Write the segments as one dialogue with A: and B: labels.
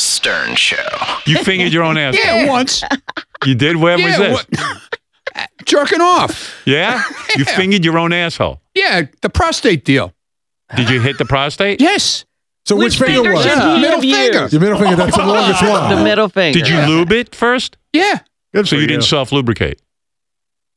A: show.
B: You fingered your own ass.
C: Yeah, once.
B: You did? When was
C: Yeah,
B: this?
C: what- jerking off.
B: Yeah? You fingered your own asshole.
C: Yeah, the prostate deal.
B: Did you hit the prostate?
C: Yes.
D: So which,
E: Which
D: finger,
E: finger
D: was?
E: should
D: it?
E: he-
C: middle
E: of you.
C: finger.
D: Your middle finger. That's the longest one.
E: The middle finger.
B: Did you lube it first?
C: Yeah.
F: Good
B: So
F: for
B: you didn't self lubricate.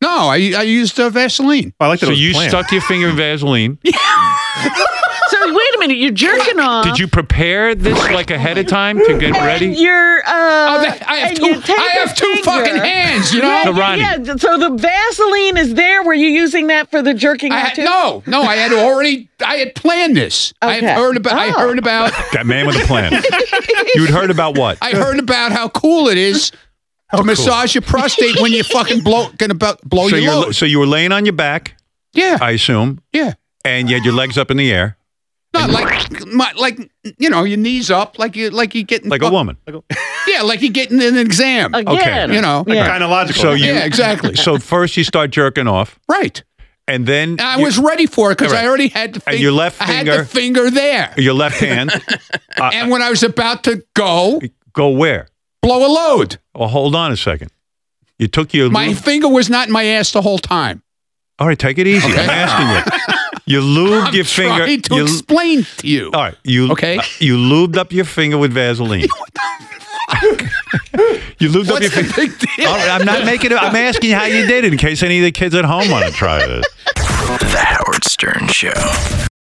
C: No, I I used uh, Vaseline.
F: I like that.
B: So
F: it was
B: you
F: planned.
B: stuck your finger in Vaseline.
E: So wait a minute, you're jerking off.
B: Did you prepare this like ahead of time to get
E: And
B: ready?
E: you're. Uh,
C: Oh, that- I have
E: and
C: two.
E: you take
C: I
E: a
C: have two
E: finger.
C: fucking hands. You know.
B: The Ronnie.
E: Yeah, so the Vaseline is there. Were you using that for the jerking
C: I
E: off
C: had,
E: too?
C: no, no, I had already. I had planned this. I
E: Okay.
C: had heard about. I
E: Oh.
C: heard about.
F: Got man with a plan. You'd heard about what?
C: I heard about how cool it is to massage your prostate when you fucking blow gonna blow, blow
F: so
C: your
F: you're
C: load.
F: so you were laying on your back,
C: yeah,
F: I assume,
C: yeah.
F: and you had your legs up in the air
C: Not like, my, like you know, your knees up, like you, like you getting
F: like a
C: fuck-
F: woman.
C: Yeah, Oh. like you getting an exam.
E: Again.
F: Okay.
C: You know.
E: Yeah.
F: Kind of logical. So you
C: Yeah, exactly.
F: So first you start jerking off,
C: Right.
F: and then
C: And I
F: you-
C: was ready for it because I
F: Right.
C: already had the
F: And
C: fing-
F: your left
C: I had the
F: finger-
C: finger there.
F: your left hand uh,
C: And when I was about to go
F: go where?
C: blow a load,
F: Well, hold on a second. You took your
C: my
F: lube-
C: finger was not in my ass the whole time.
F: all right. Take it easy.
C: Okay.
F: I'm asking you. You lubed
C: I'm
F: your finger.
C: trying to
F: you,
C: explain to you.
F: all right. You
C: Okay.
F: uh, you lubed up your finger with Vaseline. you lubed up your
C: What's the
F: finger.
C: big deal?
F: All right, I'm not making it. I'm asking you how you did it in case any of the kids at home want to try this.
A: The Howard Stern Show.